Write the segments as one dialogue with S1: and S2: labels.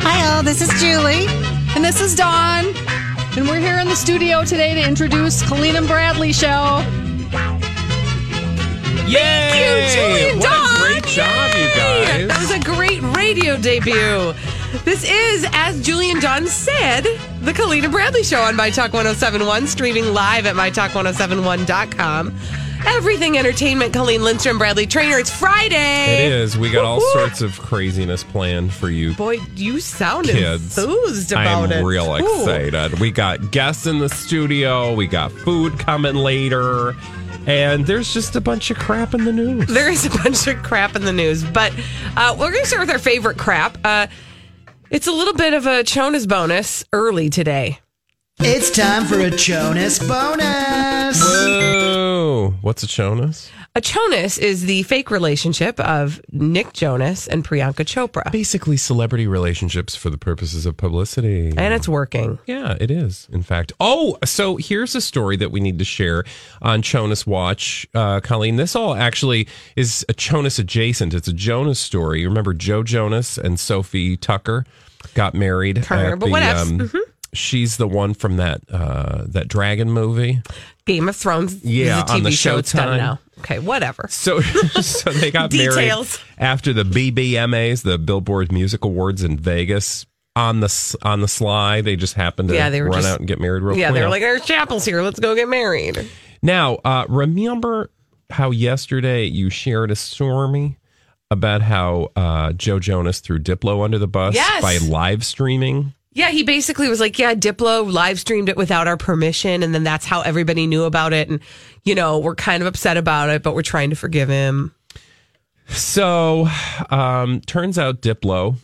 S1: Hi, all. This is Julie.
S2: And this is Dawn. And we're here in the studio today to introduce Colleen and Bradley show.
S3: Yay!
S2: Julie and
S3: what
S2: Dawn!
S3: a great job, you
S2: That was
S3: guys.
S2: a great radio debut. This is, as Julie and Dawn said, the Colleen and Bradley show on My Talk 1071, streaming live at MyTalk1071.com. Everything Entertainment, Colleen Lindstrom, Bradley Trainer. It's Friday.
S3: It is. We got all
S2: Woo-hoo.
S3: sorts of craziness planned for you.
S2: Boy, you sound
S3: Kids.
S2: enthused about
S3: I'm
S2: it.
S3: real
S2: Ooh.
S3: excited. We got guests in the studio. We got food coming later. And there's just a bunch of crap in the news.
S2: there is a bunch of crap in the news, but uh, we're going to start with our favorite crap. Uh, it's a little bit of a Chonas bonus early today.
S1: It's time for a Jonas bonus.
S3: Whoa. What's it showing us?
S2: A Chonas is the fake relationship of Nick Jonas and Priyanka Chopra,
S3: Basically, celebrity relationships for the purposes of publicity.
S2: and it's working.
S3: Yeah, it is. In fact, oh, so here's a story that we need to share on Jonas Watch, uh, Colleen. This all actually is a Jonas adjacent. It's a Jonas story. You Remember, Joe Jonas and Sophie Tucker got married. um,
S2: Turner, but whatevs.
S3: She's the one from that uh, that dragon movie.
S2: Game of Thrones,
S3: Yeah,
S2: is a TV
S3: on the
S2: show. It's done
S3: Showtime.
S2: now. Okay, whatever.
S3: So, so they got married
S2: Details.
S3: after the BBMAs, the Billboard Music Awards in Vegas. On the s- on the sly, they just happened to
S2: Yeah, they were
S3: run
S2: just-
S3: out and get married real
S2: Yeah,
S3: quick.
S2: they're like, there's chapels here. Let's go get married.
S3: Now, uh, remember how yesterday you shared a stormy about how uh, Joe Jonas threw Diplo under the bus
S2: Yes.
S3: by live streaming?
S2: Yeah, he basically was like, yeah, Diplo live streamed it without our permission. And then that's how everybody knew about it. And, you know, we're kind of upset about it, but we're trying to forgive him.
S3: So, um, turns out Diplo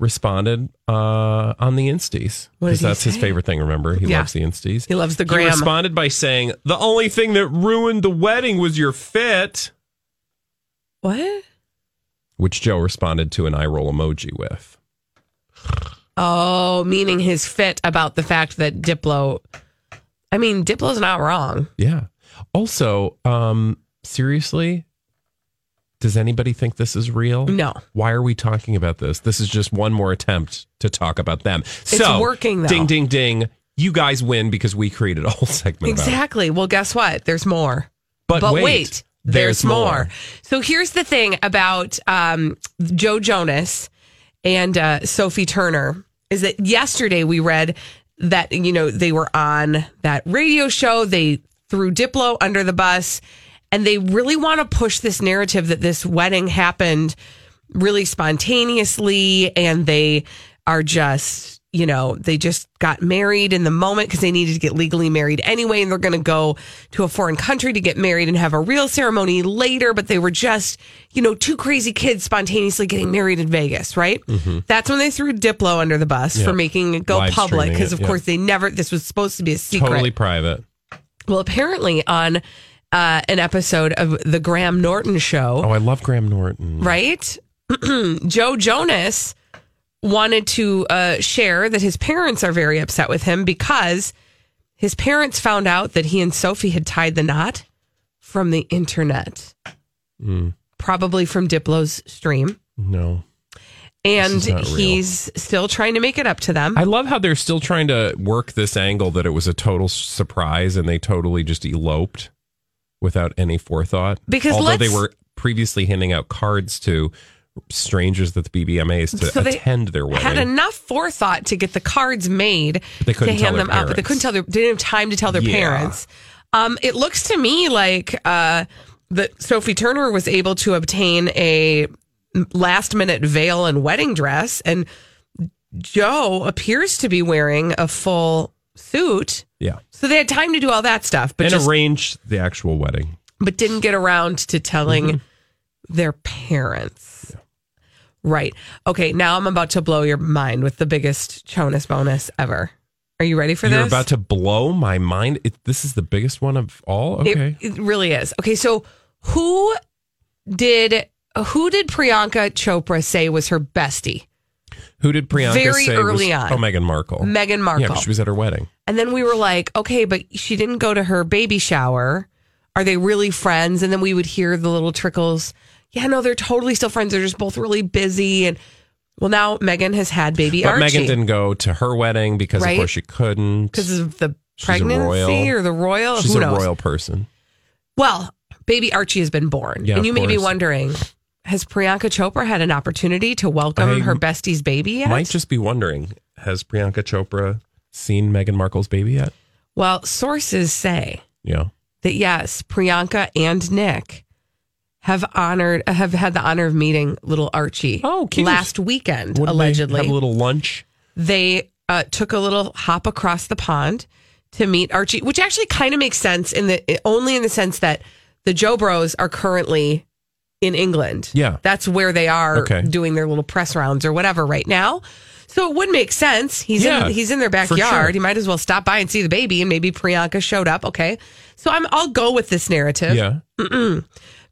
S3: responded uh, on the Insties
S2: What did
S3: because
S2: he
S3: that's his
S2: say?
S3: favorite thing. Remember, he
S2: Yeah.
S3: loves the Insties.
S2: He loves the
S3: He
S2: gram.
S3: responded by saying, "The only thing that ruined the wedding was your fit,"
S2: what?
S3: which Joe responded to an eye roll emoji with.
S2: Oh, meaning his fit about the fact that Diplo. I mean, Diplo's not wrong.
S3: Yeah. Also, um, seriously, does anybody think this is real?
S2: No.
S3: Why are we talking about this? This is just one more attempt to talk about them. so
S2: working, though.
S3: Ding, ding, ding. You guys win because we created a whole segment about it.
S2: Exactly. Well, guess what? There's more.
S3: But,
S2: but
S3: wait,
S2: wait, there's, more. So here's the thing about um, Joe Jonas and uh, Sophie Turner is that yesterday we read that you know they were on that radio show. They threw Diplo under the bus, and they really want to push this narrative that this wedding happened really spontaneously, and they are just. You know, they just got married in the moment because they needed to get legally married anyway, and they're going to go to a foreign country to get married and have a real ceremony later. But they were just, you know, two crazy kids spontaneously getting married in Vegas, right? That's when they threw Diplo under the bus for
S3: Mm-hmm. Yeah.
S2: making it go
S3: Live
S2: public
S3: streaming
S2: because,
S3: it,
S2: of
S3: yeah.
S2: course, they never. This was supposed to be a secret.
S3: Totally private.
S2: Well, apparently on uh, an episode of the Graham Norton show,
S3: Oh, I love Graham Norton.
S2: right? Joe Jonas wanted to uh, share that his parents are very upset with him because his parents found out that he and Sophie had tied the knot from the internet,
S3: Hmm.
S2: probably from Diplo's stream.
S3: No.
S2: And
S3: is not real.
S2: he's still trying to make it up to them.
S3: I love how they're still trying to work this angle that it was a total surprise and they totally just eloped without any forethought.
S2: Because
S3: although they
S2: let's-
S3: were previously handing out cards to strangers at the BBMAs to
S2: So they
S3: attend their wedding.
S2: Had enough forethought to get the cards made
S3: But they couldn't
S2: to
S3: tell
S2: hand
S3: their
S2: them out, but they
S3: parents.
S2: couldn't tell their they didn't have time to tell their
S3: Yeah.
S2: parents. Um, it looks to me like uh, that Sophie Turner was able to obtain a last minute veil and wedding dress, and Joe appears to be wearing a full suit.
S3: yeah.
S2: So they had time to do all that stuff, but
S3: and
S2: just,
S3: arrange the actual wedding.
S2: but didn't get around to telling
S3: Mm-hmm.
S2: their parents. Right. Okay, now I'm about to blow your mind with the biggest Jonas bonus ever. Are you ready for
S3: You're
S2: this?
S3: about to blow my mind. It, this is the biggest one of all.
S2: It-
S3: Okay.
S2: It, really is. Okay, so who did who did Priyanka Chopra say was her bestie?
S3: Who did Priyanka
S2: Very
S3: say
S2: early
S3: was,
S2: on.
S3: Oh, Meghan Markle.
S2: Meghan
S3: Yeah,
S2: Markle.
S3: but she was at her wedding.
S2: And then we were like, okay, but she didn't go to her baby shower. Are they really friends? And then we would hear the little trickles. Yeah, no, they're totally still friends. They're just both really busy. And well, now Megan has had baby
S3: But
S2: Archie
S3: Megan didn't go to her wedding because,
S2: Right?
S3: of course, she couldn't.
S2: because of the
S3: She's a
S2: pregnancy
S3: royal.
S2: or the royal.
S3: She's
S2: Who
S3: a
S2: knows?
S3: royal person.
S2: Well, baby Archie has been born,
S3: Yeah,
S2: and you
S3: of
S2: may be
S3: course.
S2: wondering: Has Priyanka Chopra had an opportunity to welcome
S3: I
S2: her bestie's baby yet?
S3: Might just be wondering has Priyanka Chopra seen Meghan Markle's baby yet?
S2: well, sources say
S3: Yeah.
S2: that yes, Priyanka and Nick have honored have had the honor of meeting little Archie.
S3: Oh, cute.
S2: last weekend
S3: Wouldn't they
S2: allegedly
S3: Have a little lunch.
S2: they uh, took a little hop across the pond to meet Archie, which actually kind of makes sense in the only in the sense that the Joe Bros are currently in England.
S3: Yeah.
S2: that's where they are
S3: Okay.
S2: doing their little press rounds or whatever right now. So it would make sense. He's
S3: Yeah,
S2: in he's in their
S3: for sure.
S2: backyard. He might as well stop by and see the baby, and maybe Priyanka showed up. Okay, so I'm I'll go with this narrative.
S3: Yeah.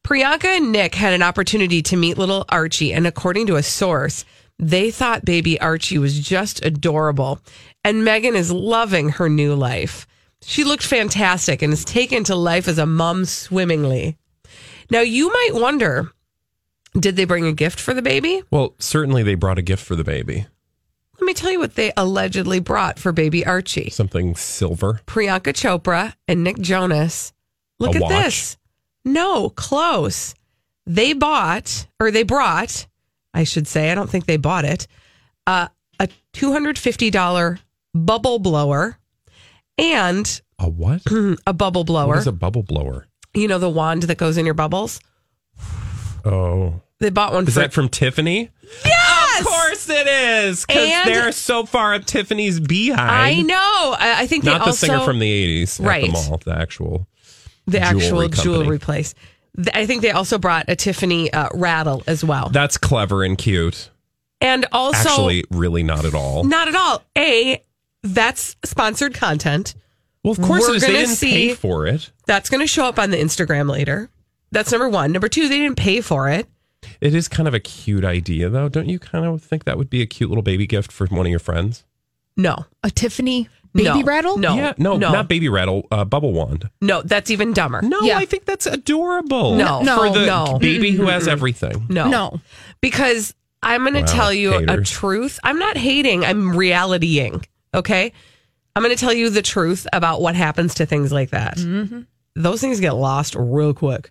S2: Priyanka and Nick had an opportunity to meet little Archie, and according to a source, they thought baby Archie was just adorable. And Megan is loving her new life. She looked fantastic and is taken to life as a mom swimmingly. Now, you might wonder did they bring a gift for the baby?
S3: Well, certainly they brought a gift for the baby
S2: Let me tell you what they allegedly brought for baby Archie.
S3: something silver.
S2: Priyanka Chopra and Nick Jonas. Look
S3: A
S2: at
S3: watch?
S2: this. No, close. They bought or they brought, I should say, I don't think they bought it, uh, a $250 bubble blower and hmm,
S3: A what?
S2: a bubble
S3: What
S2: blower.
S3: is a bubble blower?
S2: you know, the wand that goes in your bubbles?
S3: Oh.
S2: They bought one
S3: Is
S2: for
S3: that from Tiffany?
S2: Yes!
S3: Of course it is. Because
S2: And-
S3: they're so far up Tiffany's beehive.
S2: I know. I, I think
S3: Not
S2: they
S3: the
S2: also
S3: singer from the 80s at
S2: Right.
S3: the mall, the actual.
S2: the actual
S3: jewelry company.
S2: jewelry place. Th- I think they also brought a Tiffany uh, rattle as well.
S3: That's clever and cute.
S2: and also
S3: Actually, really not at all.
S2: Not at all. A, that's sponsored content.
S3: well, of course
S2: we're
S3: it is. They
S2: gonna
S3: didn't pay
S2: see-
S3: for it.
S2: That's going to show up on the Instagram later. That's number one. Number two, they didn't pay for it.
S3: It is kind of a cute idea, though. Don't you kind of think that would be a cute little baby gift for one of your friends?
S2: No,
S4: A Tiffany baby
S2: no,
S4: rattle?
S2: No,
S3: yeah, no,
S2: no,
S3: not baby rattle, uh, bubble wand.
S2: no. That's even dumber.
S3: No,
S4: Yeah.
S3: I think that's adorable.
S2: No,
S4: No,
S3: for the
S2: no.
S3: baby who has everything.
S2: no,
S4: No.
S2: Because I'm going to
S3: Wow,
S2: tell you
S3: haters.
S2: a truth. I'm not hating. I'm realitying. Okay, I'm going to tell you the truth about what happens to things like that.
S3: Mm-hmm.
S2: Those things get lost real quick.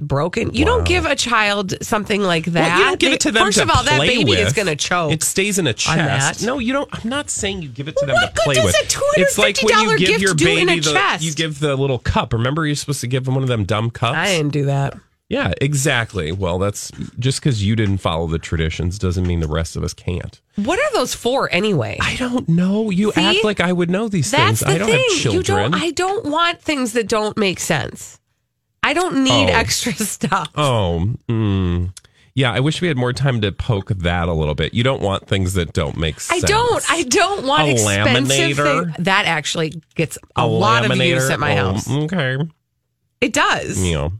S2: Broken. You don't give a child something like that.
S3: Well, you don't give
S2: They-
S3: it to them.
S2: First
S3: to
S2: of all, that
S3: play
S2: baby is
S3: with.
S2: going to choke.
S3: It stays in a chest.
S2: that.
S3: No, you don't. I'm not saying you give it to them
S2: Well,
S3: to
S2: what
S3: play
S2: good
S3: with.
S2: does a
S3: it's like when you
S2: $250
S3: give
S2: gift
S3: your
S2: do in
S3: baby
S2: a
S3: the
S2: chest?
S3: you give the little cup. Remember, you're supposed to give them one of them dumb cups.
S2: I didn't do that.
S3: Yeah, exactly. Well, that's just because you didn't follow the traditions doesn't mean the rest of us can't.
S2: What are those for anyway?
S3: I don't know. You
S2: See?
S3: act like I would know these
S2: That's
S3: things.
S2: the
S3: I don't
S2: thing.
S3: have children.
S2: You don't. I don't want things that don't make sense. I don't need
S3: Oh.
S2: extra stuff.
S3: oh, mm. yeah. I wish we had more time to poke that a little bit. You don't want things that don't make
S2: I
S3: sense.
S2: don't. I don't want
S3: A
S2: expensive
S3: laminator?
S2: things. That actually gets a,
S3: A
S2: lot of use
S3: laminator?
S2: at my
S3: Oh,
S2: house.
S3: Okay.
S2: It does.
S3: You know,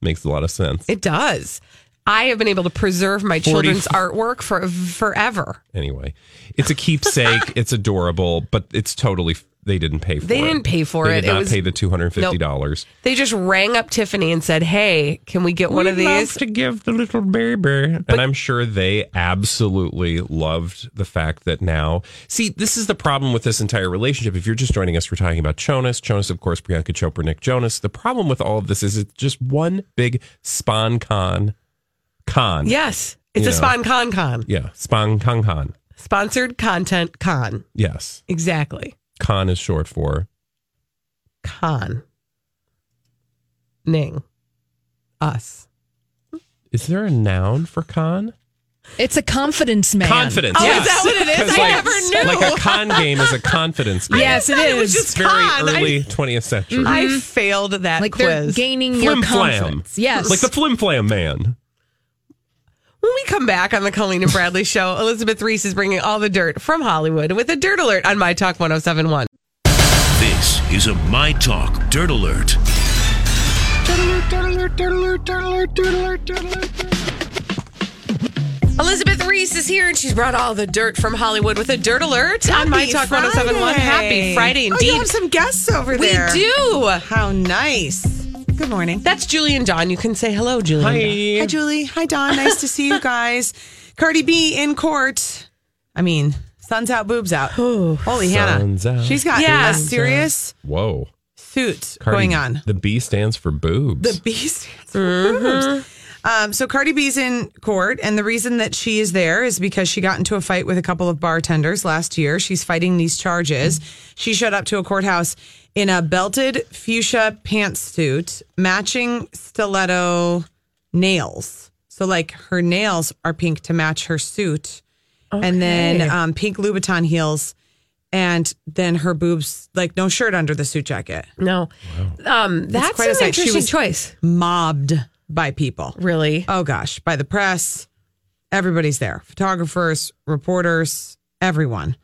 S3: makes a lot of sense.
S2: It does. I have been able to preserve my
S3: 40
S2: children's artwork for forever.
S3: anyway, it's a keepsake. it's adorable, but it's totally. They didn't pay for
S2: They
S3: it.
S2: didn't pay for
S3: They
S2: it.
S3: did
S2: It
S3: not
S2: was-
S3: pay the two hundred fifty dollars.
S2: They just rang up Tiffany and said, "Hey, can we get one
S3: We
S2: of these?"
S3: love to give the little baby. and I'm sure they absolutely loved the fact that now. See, this is the problem with this entire relationship. If you're just joining us, we're talking about Jonas. Jonas, of course, Priyanka Chopra, Nick Jonas. The problem with all of this is it's just one big spawn con. Con.
S2: yes,
S4: It's
S3: you
S4: a
S3: know.
S4: spawn con con.
S3: Yeah. Spang Kang Han.
S4: Sponsored content con.
S3: Yes.
S4: Exactly.
S3: Khan is short for
S4: Con. Ning. Us.
S3: Is there a noun for con?
S1: It's a confidence man.
S3: Confidence.
S4: Oh, is
S3: yes.
S4: that what it is?
S3: 'Cause
S4: I
S3: like,
S4: never knew.
S3: Like a con game is a confidence game.
S1: Yes, it
S4: thought it was
S1: is.
S4: just
S3: It's very
S4: Con. I-
S3: early 20th century.
S4: I failed that
S1: like they're
S4: quiz.
S1: gaining your
S3: Flim flam.
S1: confidence. Yes.
S3: Like the flim flam man.
S4: when we come back on the Colleen and Bradley show, Elizabeth Reese is bringing all the dirt from Hollywood with a dirt alert on My Talk 1071.
S5: This is a My Talk Dirt Alert.
S4: Elizabeth Reese is here and she's brought all the dirt from Hollywood with a dirt alert on My Talk 1071. Happy Friday,
S2: Oh, you
S4: indeed.
S2: have some guests over
S4: we
S2: there.
S4: do.
S2: How nice. Good morning.
S4: That's Julie and Don. You can say hello, Julie. and Dawn.
S2: Hi, Julie. Hi, Don. Nice to see you guys. Cardi B in court. I mean, sun's out, boobs out. Holy
S3: Sun's
S2: Hannah.
S3: out.
S2: She's got
S4: Yeah.
S2: a serious
S3: Whoa.
S2: suit
S3: Cardi-
S2: going on.
S3: The B stands for boobs.
S2: The B stands for boobs. Um, so Cardi B's in court, and the reason that she is there is because she got into a fight with a couple of bartenders last year. She's fighting these charges. She showed up to a courthouse in a belted fuchsia pantsuit, matching stiletto nails. So like her nails are pink to match her suit, and then um, pink Louboutin heels, and then her boobs like no shirt under the suit jacket.
S4: No. Um, that's
S2: quite a
S4: an
S2: sight. She
S4: interesting
S2: was-
S4: choice.
S2: Mobbed by people.
S4: Really?
S2: oh gosh, by the press, everybody's there photographers, reporters, everyone.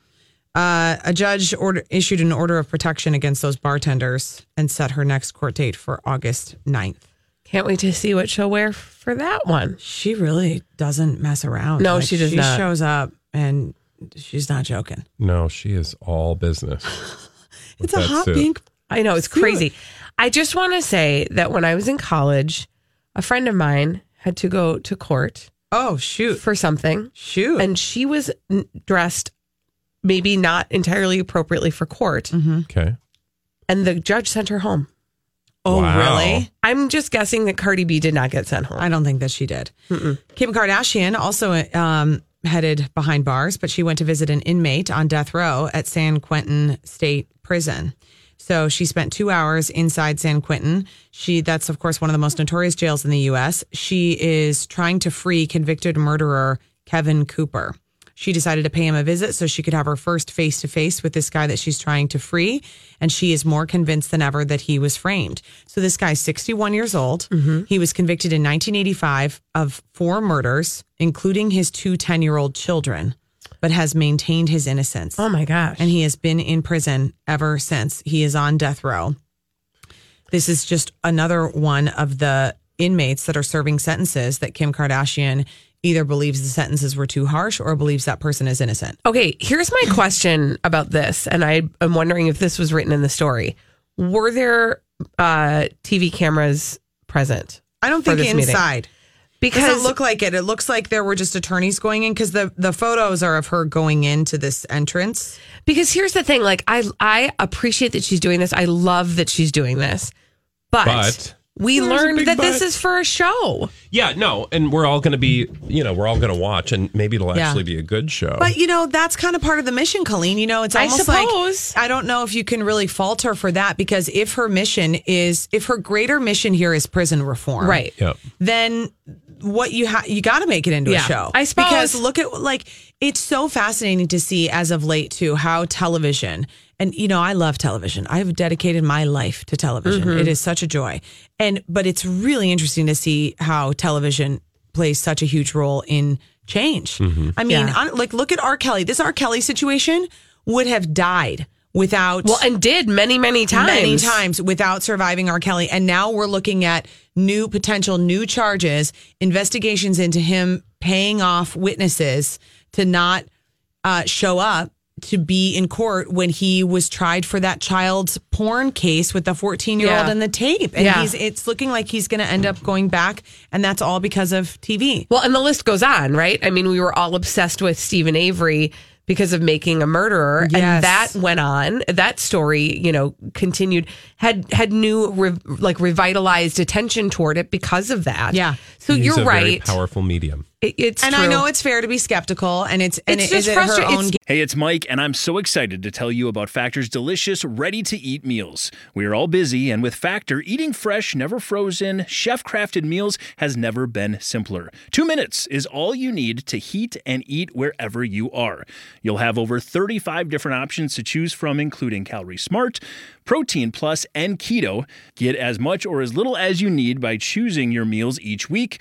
S2: Uh, a judge order, issued an order of protection against those bartenders and set her next court date for August 9th.
S4: Can't wait to see what she'll wear for that one.
S2: She really doesn't mess around.
S4: No, she does
S2: she
S4: not.
S2: shows up and she's not joking.
S3: No, she is all business.
S2: It's
S3: a
S2: a
S3: that hot
S2: hot
S3: suit. pink
S2: pink.
S4: I know it's
S2: Screw it.
S4: crazy. I just want to say that when I was in college, a friend of mine had to go to court
S2: Oh, shoot.
S4: for something,
S2: Shoot.
S4: and she was n- dressed maybe not entirely appropriately for court,
S3: Okay.
S4: and the judge sent her home.
S2: oh,
S3: Wow.
S2: really?
S4: I'm just guessing that Cardi B did not get sent home.
S2: I don't think that she did. Kim Kardashian also um, headed behind bars, but she went to visit an inmate on death row at San Quentin State Prison. So she spent two hours inside San Quentin. She that's of course one of the most notorious jails in the U.S. She is trying to free convicted murderer Kevin Cooper. She decided to pay him a visit so she could have her first face to face with this guy that she's trying to free. And she is more convinced than ever that he was framed. So this guy's 61 years old.
S4: Mm-hmm.
S2: He was convicted in 1985 of four murders, including his two 10 year old children, but has maintained his innocence.
S4: Oh my gosh!
S2: And he has been in prison ever since. He is on death row. This is just another one of the inmates that are serving sentences that Kim Kardashian either believes the sentences were too harsh or believes that person is innocent.
S4: Okay, here's my question about this, and I am wondering if this was written in the story. Were there uh, TV cameras present?
S2: I don't
S4: For
S2: think
S4: this meeting.
S2: inside.
S4: Because
S2: Doesn't look like it. It looks like there were just attorneys going in because the, the photos are of her going into this entrance.
S4: because here's the thing, like I I appreciate that she's doing this. I love that she's doing this, but,
S3: But-
S4: we
S3: There's a big
S4: learned that this
S3: but.
S4: is for a show.
S3: Yeah, no, and we're all going to be, you know, we're all going to watch, and maybe it'll
S2: Yeah.
S3: actually be a good show.
S2: But you know, that's kind of part of the mission, Colleen. You know, it's
S4: I
S2: almost
S4: suppose.
S2: like I don't know if you can really fault her for that because if her mission is if her greater mission here is prison reform.
S4: Right.
S3: Yep.
S2: Then what you have you got to make it into
S4: Yeah,
S2: a show.
S4: I suppose.
S2: Because look at like it's so fascinating to see as of late too how television and you know I love television. I've dedicated my life to television. It is such a joy. And but it's really interesting to see how television plays such a huge role in change. I mean,
S4: Yeah.
S2: hon- like look at R. Kelly. This R. Kelly situation would have died without
S4: Well, and did many many times.
S2: many times without surviving R. Kelly. And now we're looking at new potential new charges, investigations into him paying off witnesses to not uh, show up to be in court when he was tried for that child's porn case with the 14 year old
S4: Yeah.
S2: and the tape. And
S4: Yeah.
S2: he's, it's looking like he's going to end up going back. And that's all because of TV.
S4: Well, and the list goes on, right? I mean, we were all obsessed with Stephen Avery because of making a murderer, and
S2: Yes.
S4: that went on. That story, you know, continued had had new re, like revitalized attention toward it because of that.
S2: Yeah.
S4: So
S3: He's
S4: you're
S3: a very
S4: right.
S3: powerful medium.
S4: It, it's
S2: And I
S4: true.
S2: know it's fair to be skeptical, and it's and
S4: It's
S2: it- is
S4: just
S2: it her
S4: frustra-
S2: own
S4: it's-
S5: Hey, it's Mike, and I'm so excited to tell you about Factor's delicious, ready to eat meals. We are all busy, and with Factor, eating fresh, never frozen, chef crafted meals has never been simpler. Two minutes is all you need to heat and eat wherever you are. You'll have over 35 different options to choose from, including Calorie Smart, Protein Plus, and Keto. Get as much or as little as you need by choosing your meals each week.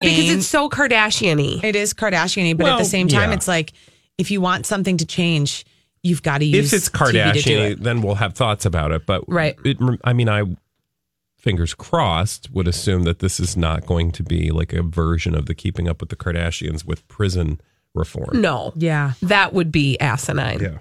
S4: because it's so Kardashian-y.
S2: It is Kardashian, but at
S3: Well,
S2: the same time,
S3: yeah.
S2: it's like if you want something to change, you've got to use
S3: if it's
S2: TV to do
S3: Kardashian,
S2: it.
S3: then we'll have thoughts about it. But
S4: Right.
S3: it, I mean, I fingers crossed would assume that this is not going to be like a version of the Keeping Up with the Kardashians with prison reform.
S4: No,
S2: Yeah,
S4: that would be asinine.
S3: Yeah,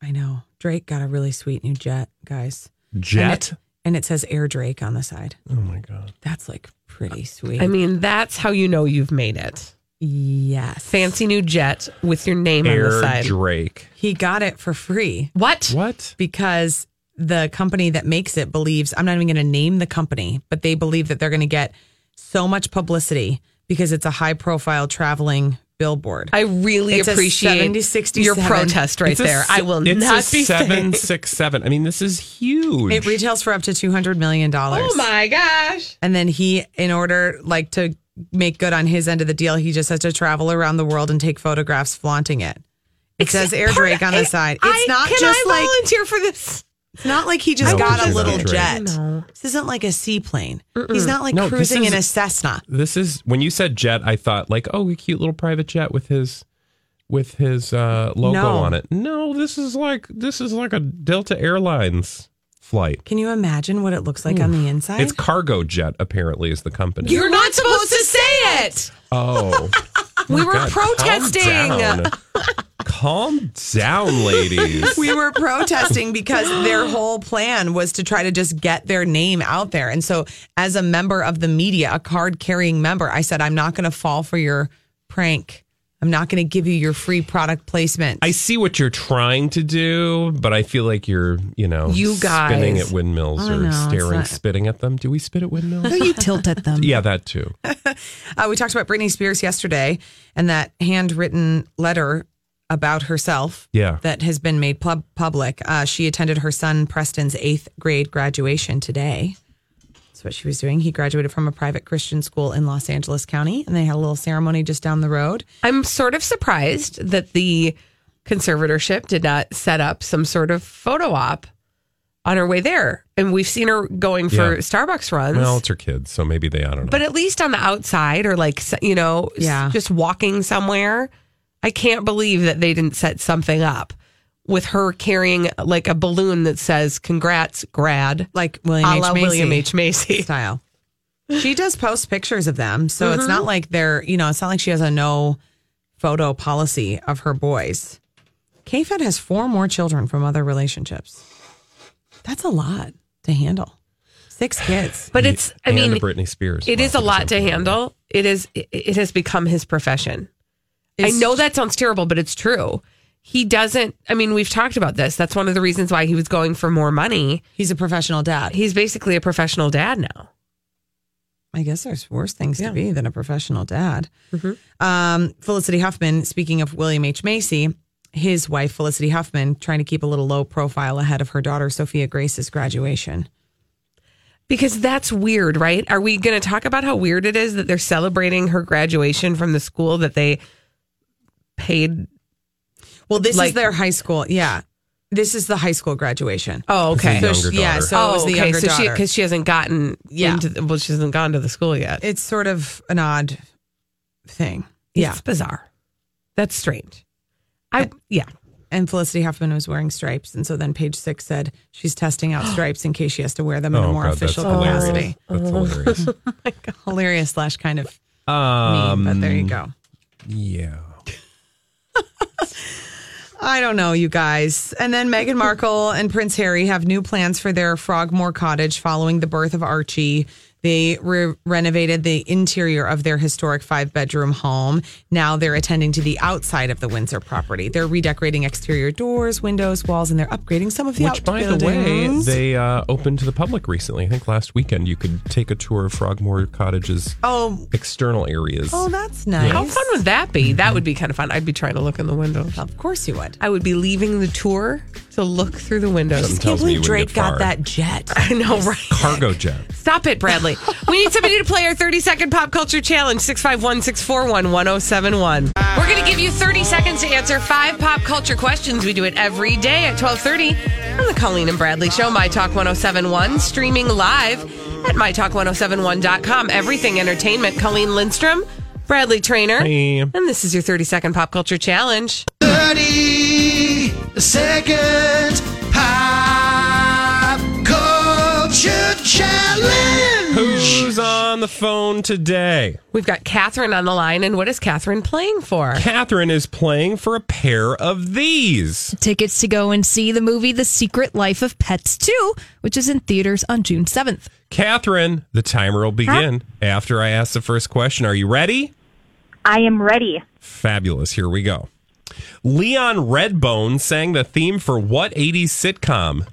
S2: I know. Drake got a really sweet new jet, guys,
S3: jet.
S2: and it says Air Drake on the side.
S3: Oh my god.
S2: That's like pretty sweet.
S4: I mean, that's how you know you've made it.
S2: yes,
S4: Fancy new jet with your name on the
S3: Air
S4: side.
S3: Drake.
S2: He got it for free
S4: what?
S3: What?
S2: because the company that makes it believes I'm not even going to name the company, but they believe that they're going to get so much publicity because it's a high profile traveling billboard.
S4: I really
S2: It's a
S4: appreciate
S2: 70-67.
S4: your protest right
S3: It's a
S4: there.
S3: se-
S4: I will
S3: it's
S4: not
S3: a
S4: be
S3: seven
S4: saying-
S3: six seven. I mean, this is huge.
S2: It retails for up to two hundred million dollars.
S4: Oh my gosh.
S2: And then he, in order like to make good on his end of the deal, he just has to travel around the world and take photographs flaunting it. It says Air Drake on the side. It's
S4: I-
S2: not
S4: can
S2: just
S4: I
S2: like
S4: volunteer for this?
S2: it's not like he
S3: No,
S2: just
S3: this
S2: got a
S3: is
S2: little
S3: not Drake.
S2: jet. This isn't like a seaplane. He's not like
S3: No, this
S2: cruising in
S3: is-
S2: a Cessna.
S3: this is when you said jet, I thought like, oh, a cute little private jet with his with his uh, logo
S2: No.
S3: on it. No, this is like this is like a Delta Airlines flight.
S2: Can you imagine what it looks like on the inside?
S3: It's cargo jet apparently is the company.
S4: You're not supposed to say it.
S3: oh,
S4: We were
S3: God,
S4: protesting.
S3: Calm down. Calm down, ladies.
S2: we were protesting because their whole plan was to try to just get their name out there. And so, as a member of the media, a card carrying member, I said, I'm not going to fall for your prank. I'm not going to give you your free product placement.
S3: I see what you're trying to do, but I feel like you're, you know,
S4: You
S3: spinning
S4: guys.
S3: at windmills
S2: I
S3: or
S2: know, it's
S3: staring,
S2: not-
S3: spitting at them. Do we spit at windmills?
S6: you tilt at them.
S3: yeah, that too.
S2: Uh, we talked about Britney Spears yesterday and that handwritten letter about herself
S3: Yeah.
S2: that has been made pub- public. Uh, she attended her son Preston's eighth grade graduation today. That's what she was doing. He graduated from a private Christian school in Los Angeles County, and they had a little ceremony just down the road.
S4: I'm sort of surprised that the conservatorship did not set up some sort of photo op on her way there. And we've seen her going for
S3: Yeah.
S4: Starbucks runs.
S3: Well, it's her kids, so maybe they, I don't know.
S4: but at least on the outside or like s- you know s-
S2: Yeah.
S4: just walking somewhere i can't believe that they didn't set something up with her carrying like a balloon that says congrats grad
S2: Like William
S4: a
S2: H.
S4: la
S2: Macy
S4: william h macy
S2: style. She does post pictures of them, so it's not like they're you know it's not like she has a no photo policy of her boys. KFed has four more children from other relationships. That's a lot to handle. Six kids.
S4: but it's i
S3: and
S4: mean
S3: Britney Spears.
S4: it is a
S3: Well,
S4: lot to handle it is it- it has become his profession i
S2: It's-
S4: know that sounds terrible but it's true he doesn't i mean we've talked about this that's one of the reasons why he was going for more money
S2: He's a professional dad.
S4: he's basically a professional dad now
S2: I guess there's worse things to be than a professional dad. Um, Felicity Huffman, speaking of William H. Macy, his wife, Felicity Huffman, trying to keep a little low profile ahead of her daughter, Sophia Grace's graduation.
S4: Because that's weird, right? Are we going to talk about how weird it is that they're celebrating her graduation from the school that they paid?
S2: Well, this
S4: Like-
S2: is their high school. Yeah. This is the high school graduation.
S4: Oh,
S2: It's the
S4: okay. Oh,
S2: So she- younger yeah, daughter. so it was the younger
S4: so She,
S2: daughter.
S4: because she hasn't gotten
S2: Yeah.
S4: into the, well, she hasn't gone to the school yet.
S2: It's sort of an odd thing. yeah.
S4: It's bizarre. That's strange. I yeah.
S2: And Felicity Huffman was wearing stripes, and so then page six said she's testing out stripes in case she has to wear them in a
S3: Oh,
S2: more
S3: God, that's
S2: official
S3: hilarious.
S2: capacity. Oh.
S3: That's hilarious.
S2: hilarious slash kind of mean,
S3: Um,
S2: but
S4: Um,
S2: there you go.
S3: Yeah.
S2: I don't know, you guys. And then Meghan Markle and Prince Harry have new plans for their Frogmore cottage following the birth of Archie. They re- renovated the interior of their historic five bedroom home. Now they're attending to the outside of the Windsor property. They're redecorating exterior doors, windows, walls, and they're upgrading some of the
S3: Which, by the way,
S2: outbuildings.
S3: they uh, opened to the public recently. I think last weekend you could take a tour of Frogmore Cottage's
S2: Oh.
S3: external areas.
S2: Oh, that's nice.
S4: How fun would that be? That would be kind of fun. I'd be trying to look in the windows.
S2: Of course you would.
S4: I would be leaving the tour to look through the windows.
S3: Something tells me you wouldn't get far.
S2: jet.
S4: I know, right?
S3: cargo jet.
S4: Stop it, Bradley. we need somebody to play our 30 second pop culture challenge 651 641 1071. We're going to give you 30 seconds to answer five pop culture questions. We do it every day at 1230 on the Colleen and Bradley Show, My Talk 1071, streaming live at MyTalk1071.com. Everything Entertainment. Colleen Lindstrom, Bradley Trainer.
S3: Hey.
S4: And this is your 30 second pop culture challenge.
S1: 30 second pop culture challenge.
S3: Who's on the phone today?
S4: We've got Catherine on the line. And what is Catherine playing for?
S3: Catherine is playing for a pair of these.
S7: Tickets to go and see the movie The Secret Life of Pets 2, which is in theaters on June 7th.
S3: Catherine, the timer will begin after I ask the first question. Are you ready?
S8: I am ready.
S3: Fabulous. Here we go. Leon Redbone sang the theme for what 80s sitcom?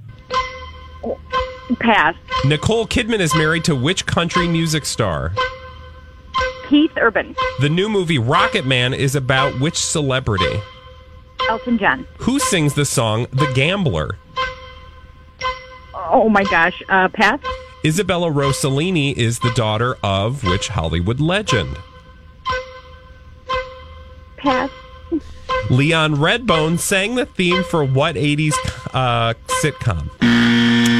S8: Pass.
S3: Nicole Kidman is married to which country music star?
S8: Keith Urban,
S3: The new movie Rocket Man is about which celebrity?
S8: Elton John.
S3: Who sings the song The Gambler?
S8: Oh my gosh. Uh, pass.
S3: Isabella Rossellini is the daughter of which Hollywood legend?
S8: Pass.
S3: Leon Redbone sang the theme for what 80s uh, sitcom?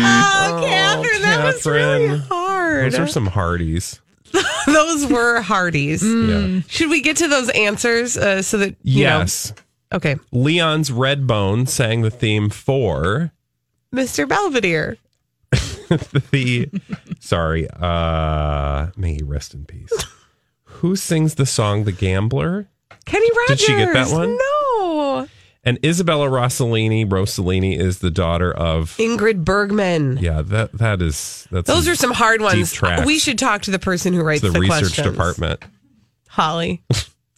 S2: Oh, Catherine, that was really
S3: Catherine.
S2: hard.
S3: Those are some hardies.
S4: Those were Hardee's.
S3: Yeah.
S4: Should we get to those answers uh, so that Mm, you
S3: Yes.
S4: know? Okay,
S3: Leon's Redbone sang the theme for
S4: Mr. Belvedere.
S3: the sorry, uh may he rest in peace. Who sings the song The Gambler?
S4: Kenny
S3: Did
S4: Rogers.
S3: she get that one?
S2: Oh,
S4: No.
S3: And Isabella Rossellini, Rossellini is the daughter of
S4: Ingrid Bergman.
S3: Yeah, that that is that's
S4: Those are some hard
S3: Deep
S4: ones. Uh,
S3: tracks.
S4: We should talk to the person who writes
S3: the,
S4: the,
S3: research
S4: questions.
S3: department.
S4: Holly.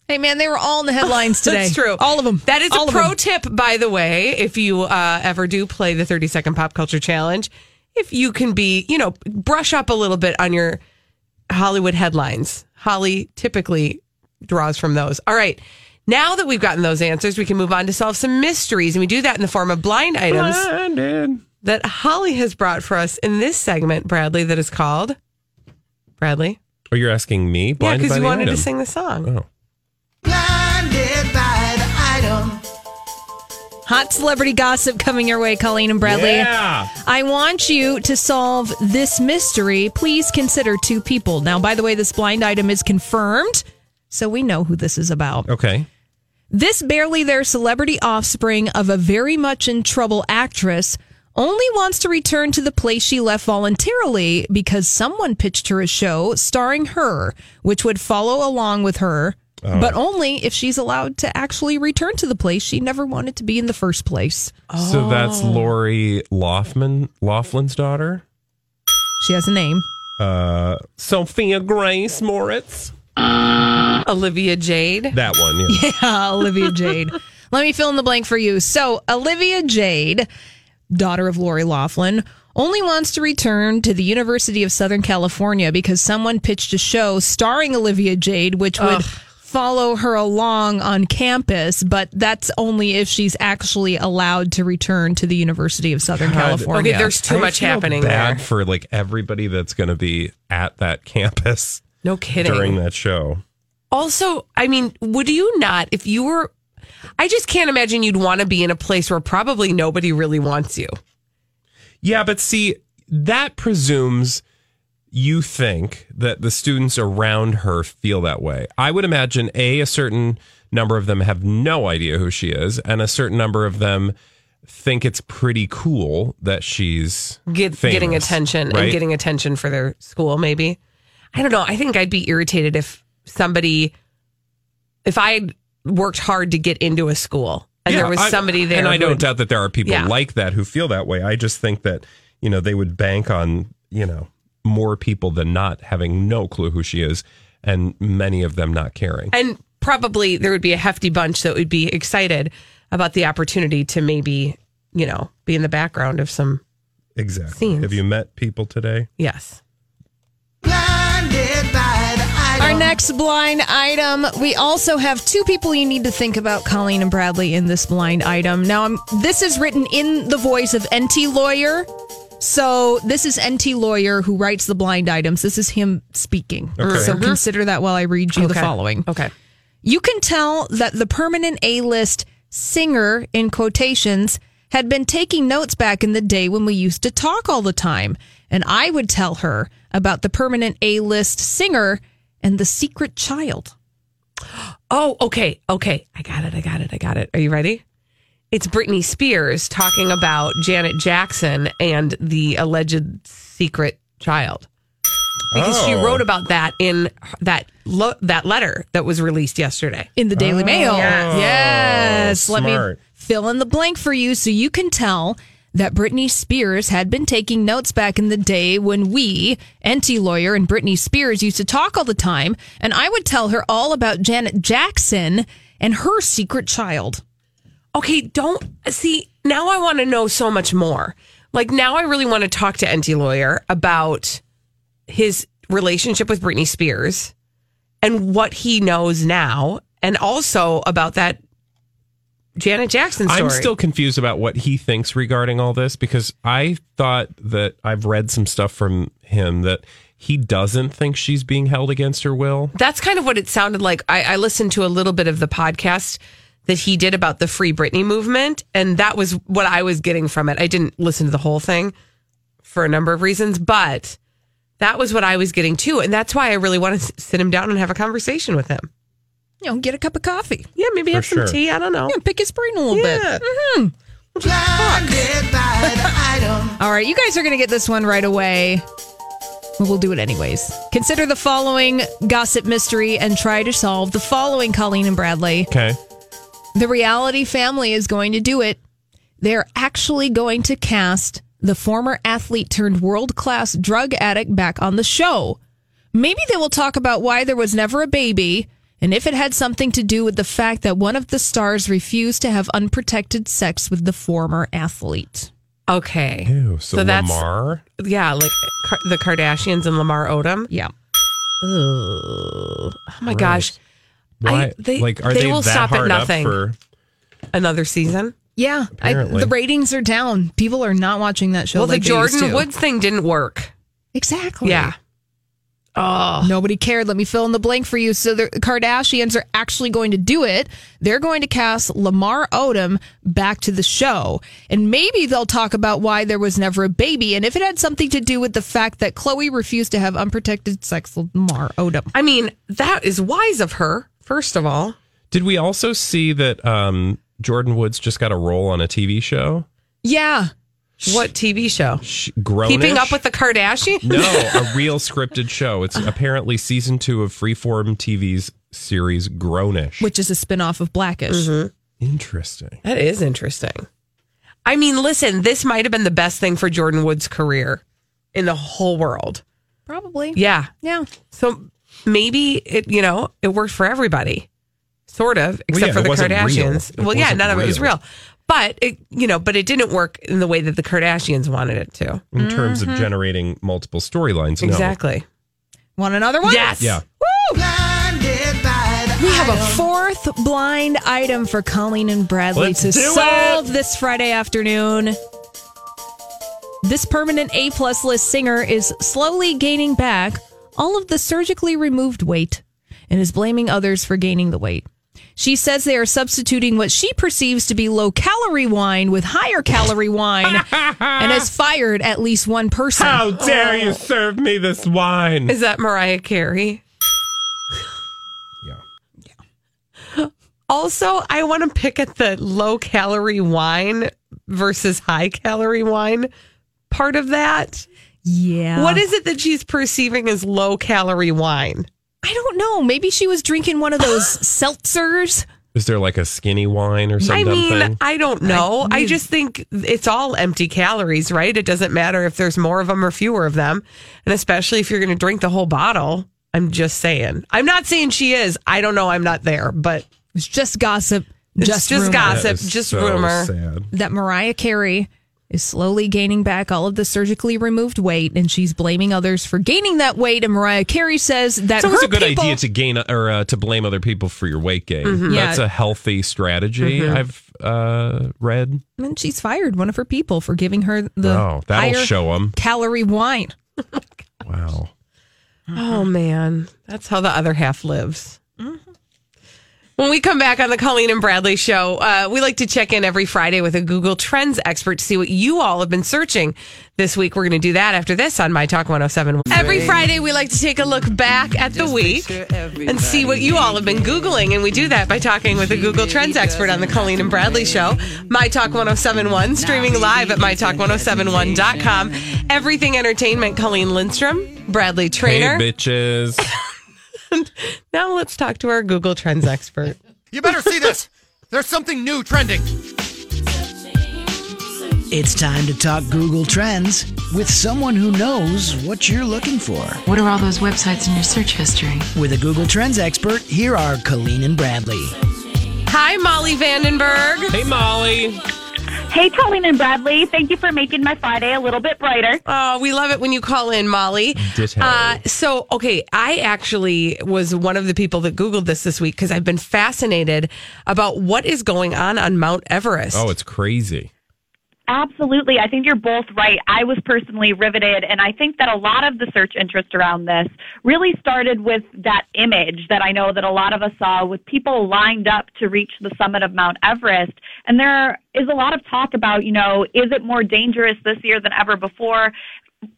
S7: Hey, man, they were all in the headlines today.
S4: That's true.
S7: All of them.
S4: That is
S7: All
S4: a
S7: of 'em.
S4: pro tip, by the way. If you uh, ever do play the 30 second pop culture challenge, if you can be, you know, brush up a little bit on your Hollywood headlines. Holly typically draws from those. All right. Now that we've gotten those answers, we can move on to solve some mysteries. And we do that in the form of blind items that Holly has brought for us in this segment, Bradley, that is called Bradley.
S3: Oh, you're asking me?
S4: Yeah,
S3: Blinded
S4: because
S3: by
S4: you
S3: the
S4: wanted
S3: item.
S4: to sing the song.
S3: Oh.
S1: Blinded by the item.
S7: Hot celebrity gossip coming your way, Colleen and Bradley.
S3: Yeah.
S7: I want you to solve this mystery. Please consider two people. Now, by the way, this blind item is confirmed, so we know who this is about.
S3: Okay.
S7: This barely their celebrity offspring of a very much in trouble actress only wants to return to the place she left voluntarily because someone pitched her a show starring her, which would follow along with her,
S3: Oh.
S7: but only if she's allowed to actually return to the place she never wanted to be in the first place.
S3: So that's Lori Laughlin, Laughlin's daughter,
S7: She has a name.
S3: uh, Sophia Grace Moritz.
S4: Olivia Jade.
S3: That one, yeah.
S7: Yeah, Olivia Jade. Let me fill in the blank for you. So, Olivia Jade, daughter of Lori Laughlin, only wants to return to the University of Southern California because someone pitched a show starring Olivia Jade, which would
S4: follow her along on campus, but that's only if she's actually allowed to return to the University of Southern California.
S2: Okay, there's too
S3: I
S2: much
S3: feel
S2: happening
S3: bad
S2: there.
S3: for like everybody that's going to be at that campus
S2: No kidding.
S3: during that show.
S2: Also, I mean, would you not, if you were, I just can't imagine you'd want to be in a place where probably nobody really wants you.
S3: Yeah, but see, that presumes you think that the students around her feel that way. I would imagine a a certain number of them have no idea who she is, and a certain number of them think it's pretty cool that she's
S2: Get,
S3: famous,
S2: getting attention and
S3: right?
S2: getting attention for their school, maybe. I don't know. I think I'd be irritated if somebody, if I worked hard to get into a school and
S3: Yeah,
S2: there was
S3: I-
S2: somebody there.
S3: And I
S2: who
S3: don't
S2: would-
S3: doubt that there are people
S2: Yeah.
S3: like that who feel that way. I just think that, you know, they would bank on, you know, more people than not having no clue who she is and many of them not caring.
S2: and probably there would be a hefty bunch that would be excited about the opportunity to maybe, you know, be in the background of some.
S3: Exactly.
S2: Scenes.
S3: Have you met people today?
S2: Yes.
S4: Our next blind item. We also have two people you need to think about, Colleen and Bradley, in this blind item. Now, I'm, this is written in the voice of NT Lawyer. So, this is NT Lawyer who writes the blind items. This is him speaking.
S3: Okay.
S4: So,
S3: Mhm.
S4: consider that while I read you the
S2: Mm-hmm. Okay.
S4: following.
S2: Okay.
S4: You can tell that the permanent A list singer, in quotations, had been taking notes back in the day when we used to talk all the time. And I would tell her about the permanent A list singer and the secret child.
S2: Oh, okay. Okay. I got it. I got it. I got it. Are you ready? It's Britney Spears talking about Janet Jackson and the alleged secret child. Because she
S3: Oh.
S2: wrote about that in that lo- that letter that was released yesterday.
S4: in the Daily Mail.
S2: Yes.
S4: Yes. Let
S3: smart.
S4: me fill in the blank for you so you can tell that Britney Spears had been taking notes back in the day when we, NT Lawyer and Britney Spears, used to talk all the time. And I would tell her all about Janet Jackson and her secret child.
S2: Okay, don't see now. I want to know so much more. Like now, I really want to talk to NT Lawyer about his relationship with Britney Spears and what he knows now, and also about that Janet Jackson story.
S3: I'm still confused about what he thinks regarding all this because I thought that I've read some stuff from him that he doesn't think she's being held against her will.
S2: That's kind of what it sounded like. I, I listened to a little bit of the podcast that he did about the Free Britney movement, and that was what I was getting from it. I didn't listen to the whole thing for a number of reasons, but that was what I was getting too. And that's why I really want to sit him down and have a conversation with him.
S4: You know, get a cup of coffee.
S2: Yeah, maybe
S3: For
S2: have some
S3: sure.
S2: tea. I don't know.
S4: Yeah, pick his brain a little
S2: Yeah.
S4: bit. hmm All right, you guys are going to get this one right away. Well, We'll do it anyways. Consider the following gossip mystery and try to solve the following, Colleen and Bradley.
S3: Okay.
S4: The reality family is going to do it. They're actually going to cast the former athlete turned world class drug addict back on the show. Maybe they will talk about why there was never a baby and if it had something to do with the fact that one of the stars refused to have unprotected sex with the former athlete.
S2: Okay.
S3: Ew, Oh, so,
S2: So that's-
S3: Lamar.
S2: Yeah, like Kar- the Kardashians and Lamar Odom.
S4: Yeah.
S2: Ugh. oh my
S3: Gross.
S2: gosh.
S3: Why?
S2: they-
S3: like, are
S2: they
S3: they,
S2: will
S3: that
S2: stop at
S3: hard
S2: nothing.
S3: up for?
S2: Another season.
S4: Yeah, Ah, I,
S3: Apparently.
S4: the ratings are down. People are not watching that show.
S2: well,
S4: like
S2: the
S4: they used
S2: Jordan
S4: to.
S2: Woods thing didn't work.
S4: exactly.
S2: Yeah. Oh.
S4: Nobody cared. Let me fill in the blank for you. So the Kardashians are actually going to do it. They're going to cast Lamar Odom back to the show. And maybe they'll talk about why there was never a baby and if it had something to do with the fact that Chloe refused to have unprotected sex with Lamar Odom.
S2: I mean, that is wise of her, first of all.
S3: Did we also see that um, Jordan Woods just got a role on a TV show?
S4: Yeah.
S2: What TV show?
S3: Sh- Grownish?
S2: Keeping up with the Kardashians?
S3: no, a real scripted show. It's apparently season two of Freeform TV's series Grownish.
S4: Which is a spinoff of Blackish.
S3: Interesting.
S2: Mm-hmm. That is interesting. I mean, listen, this might have been the best thing for Jordan Wood's career in the whole world.
S4: Probably.
S2: Yeah.
S4: Yeah.
S2: So maybe it, you know, it worked for everybody, sort of,
S3: Well,
S2: except
S3: yeah, it
S2: for
S3: wasn't
S2: the
S3: real.
S2: Kardashians.
S3: It
S2: Well, yeah,
S3: wasn't
S2: none of it was
S3: real.
S2: real. But it, you know, but it didn't work in the way that the Kardashians wanted it to.
S3: In terms
S2: Mm-hmm.
S3: of generating multiple storylines, no.
S2: Exactly.
S4: Want another one?
S2: Yes.
S3: Yeah.
S4: We have a fourth blind item for Colleen and Bradley
S3: Let's
S4: to
S3: do
S4: solve this Friday afternoon. This permanent A plus list singer is slowly gaining back all of the surgically removed weight and is blaming others for gaining the weight. She says they are substituting what she perceives to be low calorie wine with higher calorie wine and has fired at least one person.
S3: How dare you serve me this wine?
S2: Is that Mariah Carey?
S3: Yeah.
S2: Also, I want to pick at the low calorie wine versus high calorie wine part of that.
S4: Yeah.
S2: What is it that she's perceiving as low calorie wine?
S4: I don't know. Maybe she was drinking one of those seltzers.
S3: Is there like a skinny wine or some
S2: I
S3: dumb
S2: mean,
S3: thing?
S2: I don't know. I, just think it's all empty calories, right? It doesn't matter if there's more of them or fewer of them. And especially if you're going to drink the whole bottle. I'm just saying. I'm not saying she is. I don't know. I'm not there, but
S4: It's just gossip.
S2: It's
S4: Just,
S2: just
S4: rumor.
S2: gossip.
S3: That is
S2: just
S3: so
S2: rumor.
S3: sad.
S4: that Mariah Carey is slowly gaining back all of the surgically removed weight, and she's blaming others for gaining that weight. And Mariah Carey says that
S3: It's always
S4: her
S3: a good
S4: people,
S3: idea to gain or uh, to blame other people for your weight gain.
S2: Mm-hmm.
S4: Yeah.
S3: That's a healthy strategy. I've uh, read.
S4: And she's fired one of her people for giving her the
S3: oh, that'll
S4: higher
S3: show them.
S4: calorie wine.
S3: Wow.
S2: Oh man, that's how the other half lives. When we come back on the Colleen and Bradley show, uh, we like to check in every Friday with a Google Trends expert to see what you all have been searching this week. We're going to do that after this on My Talk 107. Every Friday, we like to take a look back at the week and see what you all have been Googling. And we do that by talking with a Google Trends expert on the Colleen and Bradley show. My Talk 1071, streaming live at MyTalk1071.com. Everything Entertainment, Colleen Lindstrom, Bradley Trainer.
S3: Hey, bitches.
S2: Now let's talk to our Google Trends expert.
S9: You better see this. There's something new trending.
S1: It's time to talk Google Trends with someone who knows what you're looking for.
S10: What are all those websites in your search history?
S1: With a Google Trends expert, here are Colleen and Bradley.
S2: Hi, Molly Vandenberg.
S3: Hey, Molly.
S8: Hey, Colleen and Bradley. Thank you for making my Friday a little bit brighter.
S2: Oh, we love it when you call in, Molly.
S3: Ditto.
S2: Uh, so, okay, I actually was one of the people that Googled this this week because I've been fascinated about what is going on on Mount Everest.
S3: Oh, it's crazy.
S8: Absolutely. I think you're both right. I was personally riveted, and I think that a lot of the search interest around this really started with that image that I know that a lot of us saw with people lined up to reach the summit of Mount Everest. And there is a lot of talk about, you know, is it more dangerous this year than ever before?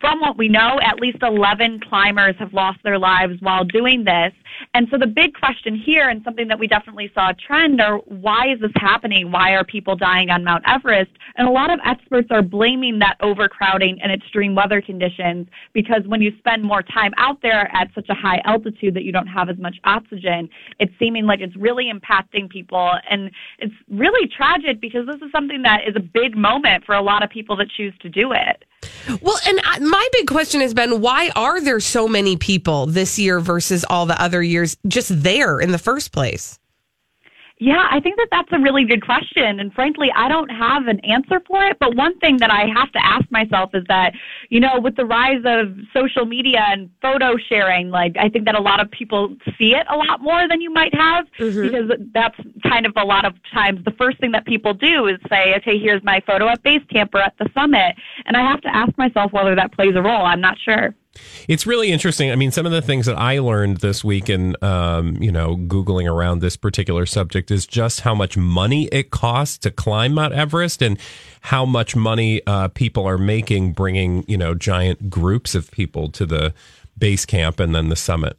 S8: From what we know, at least 11 climbers have lost their lives while doing this. And so the big question here, and something that we definitely saw a trend, are why is this happening? Why are people dying on Mount Everest? And a lot of experts are blaming that overcrowding and extreme weather conditions because when you spend more time out there at such a high altitude that you don't have as much oxygen, it's seeming like it's really impacting people. And it's really tragic because this is something that is a big moment for a lot of people that choose to do it.
S2: Well, and I, my big question has been why are there so many people this year versus all the other years just there in the first place?
S8: Yeah, I think that that's a really good question. And frankly, I don't have an answer for it. But one thing that I have to ask myself is that, you know, with the rise of social media and photo sharing, like, I think that a lot of people see it a lot more than you might have because that's kind of a lot of times the first thing that people do is say, okay, here's my photo at base camp or at the summit. And I have to ask myself whether that plays a role. I'm not sure.
S3: It's really interesting. I mean, some of the things that I learned this week in, um, you know, Googling around this particular subject is just how much money it costs to climb Mount Everest and how much money uh, people are making bringing, you know, giant groups of people to the base camp and then the summit.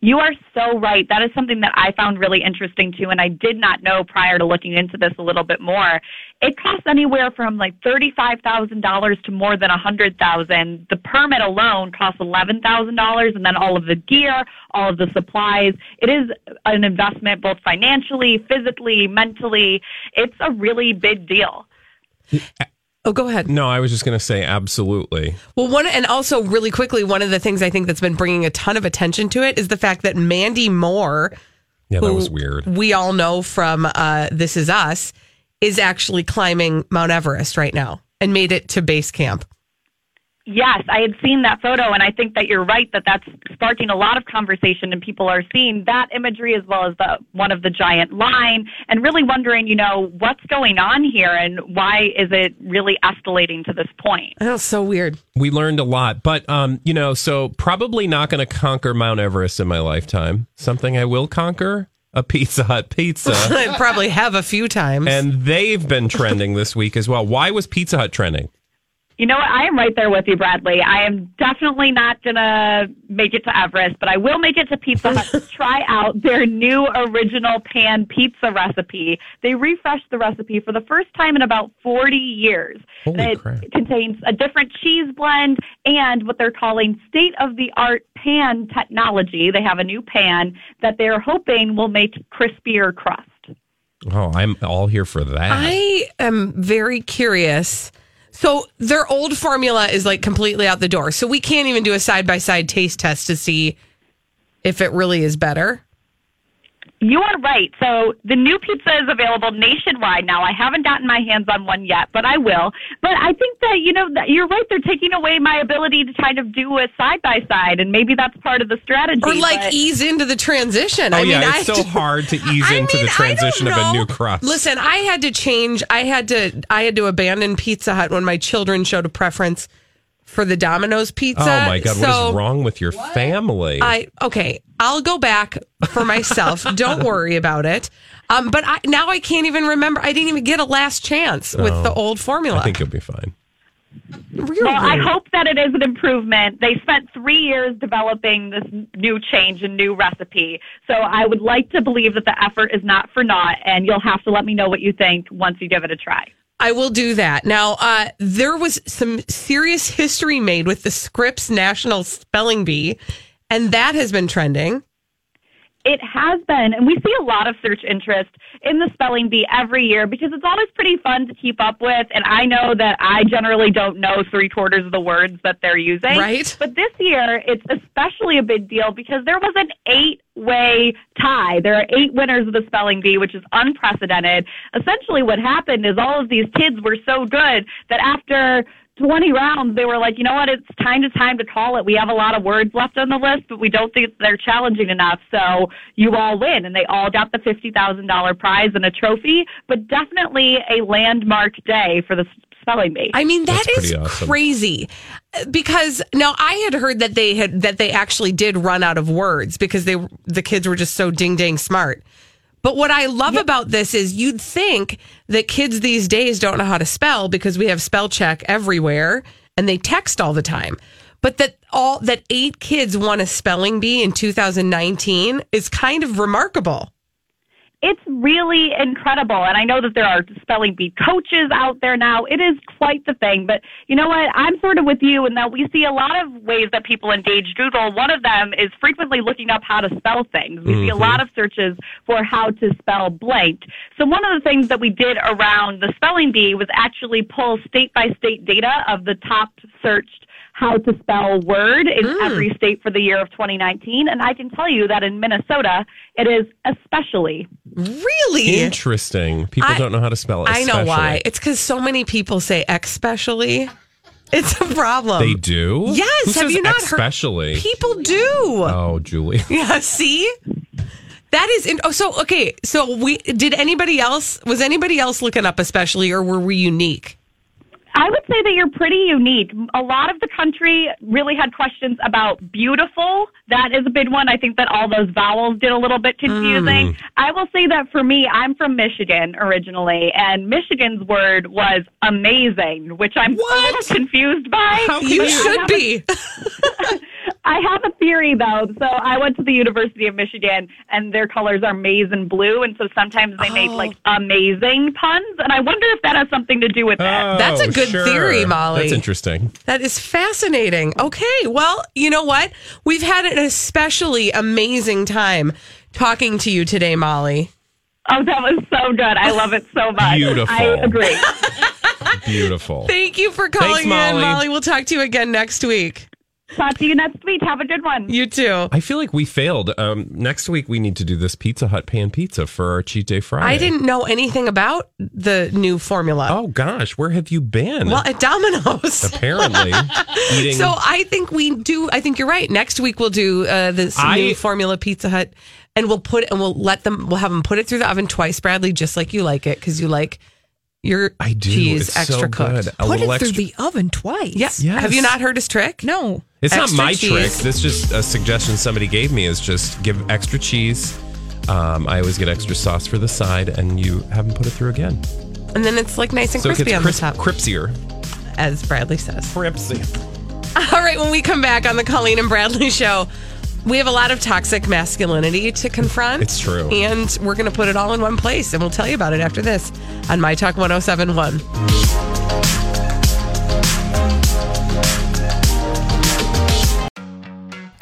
S8: You are so right. That is something that I found really interesting too, and I did not know prior to looking into this a little bit more. It costs anywhere from like thirty-five thousand dollars to more than a hundred thousand. The permit alone costs eleven thousand dollars, and then all of the gear, all of the supplies. It is an investment both financially, physically, mentally. It's a really big deal.
S2: Oh, go ahead.
S3: No, I was just going to say absolutely.
S2: Well, one and also really quickly, one of the things I think that's been bringing a ton of attention to it is the fact that Mandy Moore,
S3: Yeah, that
S2: who
S3: was weird.
S2: we all know from uh, This Is Us, is actually climbing Mount Everest right now and made it to base camp.
S8: Yes, I had seen that photo, and I think that you're right that that's sparking a lot of conversation, and people are seeing that imagery as well as the one of the giant line, and really wondering, you know, what's going on here, and why is it really escalating to this point?
S2: That's Oh, so weird.
S3: We learned a lot, but um, you know, so probably not going to conquer Mount Everest in my lifetime. Something I will conquer a Pizza Hut pizza,
S2: I probably have a few times.
S3: and they've been trending this week as well. Why was Pizza Hut trending?
S8: You know what? I am right there with you, Bradley. I am definitely not going to make it to Everest, but I will make it to Pizza Hut to try out their new original pan pizza recipe. They refreshed the recipe for the first time in about 40 years.
S3: Holy
S8: And it
S3: crap.
S8: contains a different cheese blend and what they're calling state of the art pan technology. They have a new pan that they're hoping will make crispier crust.
S3: Oh, I'm all here for that.
S2: I am very curious. So their old formula is like completely out the door. So we can't even do a side by side taste test to see if it really is better.
S8: You are right. So the new pizza is available nationwide now. I haven't gotten my hands on one yet, but I will. But I think that you know that you're right. They're taking away my ability to kind of do a side by side, and maybe that's part of the strategy.
S2: Or like
S8: but-
S2: ease into the transition.
S3: Oh
S2: I
S3: yeah,
S2: mean,
S3: it's
S2: I
S3: so hard to ease
S2: I
S3: into
S2: mean,
S3: the
S2: I don't
S3: transition of a
S2: know.
S3: new crust.
S2: Listen, I had to change. I had to. I had to abandon Pizza Hut when my children showed a preference for the Domino's pizza.
S3: oh my god, what
S2: So
S3: is wrong with your family?
S2: I okay. I'll go back for myself. don't worry about it. Um, but I, now I can't even remember. I didn't even get a last chance with
S3: Oh,
S2: the old formula.
S3: I think you'll be fine.
S8: Well, I hope that it is an improvement. They spent three years developing this new change and new recipe. So I would like to believe that the effort is not for naught, and you'll have to let me know what you think once you give it a try.
S2: I will do that. Now, uh, there was some serious history made with the Scripps National Spelling Bee, and that has been trending.
S8: It has been, and we see a lot of search interest in the spelling bee every year because it's always pretty fun to keep up with. And I know that I generally don't know three quarters of the words that they're using.
S2: Right.
S8: But this year, it's especially a big deal because there was an eight way tie. There are eight winners of the spelling bee, which is unprecedented. Essentially, what happened is all of these kids were so good that after 20 rounds, they were like, you know what, it's time to time to call it. We have a lot of words left on the list, but we don't think they're challenging enough. So you all win. And they all got the $50,000 prize and a trophy, but definitely a landmark day for the spelling bee.
S2: I mean, that
S8: That's
S2: is
S8: pretty awesome.
S2: crazy because now I had heard that they had that they actually did run out of words because they the kids were just so ding dang smart. But what I love about this is you'd think that kids these days don't know how to spell because we have spell check everywhere and they text all the time. But that all that eight kids won a spelling bee in 2019 is kind of remarkable.
S8: it's really incredible. And I know that there are spelling bee coaches out there now. It is quite the thing. But you know what? I'm sort of with you in that we see a lot of ways that people engage Google. One of them is frequently looking up how to spell things. We see a
S11: Mhm.
S8: lot of searches for how to spell blank. So one of the things that we did around the spelling bee was actually pull state by state data of the top searched how to spell word in every state for the year of 2019. And I can tell you that in Minnesota, it is especially.
S2: Really?
S3: Interesting. People
S2: I-
S3: don't know how to spell it.
S2: I know why.
S3: especially.
S2: It's because so many people say X specially. It's a problem.
S3: They do?
S2: Yes.
S3: Who
S2: have
S3: says
S2: you not
S3: especially?
S2: heard? People do.
S3: Oh, Julie.
S2: Yeah. See, that is. In- oh, so okay. So we did anybody else? Was anybody else looking up especially, or were we unique?
S8: I would say that you're pretty unique. A lot of the country really had questions about beautiful. That is a big one. I think that all those vowels get a little bit confusing.
S11: Mm.
S8: I will say that for me, I'm from Michigan originally, and Michigan's word was amazing, which I'm a little confused by.
S2: How can You you- should be.
S8: I have a theory though. So I went to the University of Michigan, and their colors are maize and blue, and so sometimes they made like amazing puns, and I wonder if that has something to do with
S3: Oh.
S8: that.
S2: That's a good
S3: sure.
S2: theory, Molly.
S3: That's interesting.
S2: That is fascinating. Okay. Well, you know what? We've had an especially amazing time talking to you today, Molly.
S8: Oh, that was so good. I love it so much.
S3: Beautiful.
S8: I agree.
S3: Beautiful.
S2: Thank you for
S3: Thanks,
S2: calling in,
S3: Molly.
S2: Molly. We'll talk to you again next week.
S8: Talk to you next week. Have a good one.
S2: You too.
S12: I feel like we failed. Um, next week we need to do this Pizza Hut pan pizza for our cheat day Friday.
S2: I didn't know anything about the new formula.
S12: Oh gosh, where have you been?
S2: Well, at Domino's.
S12: apparently eating.
S2: So I think we do. I think you're right. Next week we'll do uh, this
S12: I-
S2: new formula Pizza Hut, and we'll put and we'll let them. We'll have them put it through the oven twice, Bradley, just like you like it because you like your
S12: I do.
S2: cheese
S12: It's so
S2: extra cooked.
S12: good. A Put little it through extra-
S13: the oven twice.
S2: Yes. Have you not heard his trick?
S13: No.
S12: it's not
S2: Extra
S12: my
S2: cheese.
S12: trick. This is just a suggestion somebody gave me. Is just give extra cheese. Um, I always get extra sauce for the side, and you haven't put it through again.
S2: And then it's like nice and
S12: so it
S2: crispy
S12: gets
S2: on
S12: crisp,
S2: the top,
S12: crispier.
S2: as Bradley says.
S12: Cripsy.
S2: All right, when we come back on the Colleen and Bradley show, we have a lot of toxic masculinity to confront.
S12: It's true.
S2: And we're going to put it all in one place, and we'll tell you about it after this on My Talk 1071.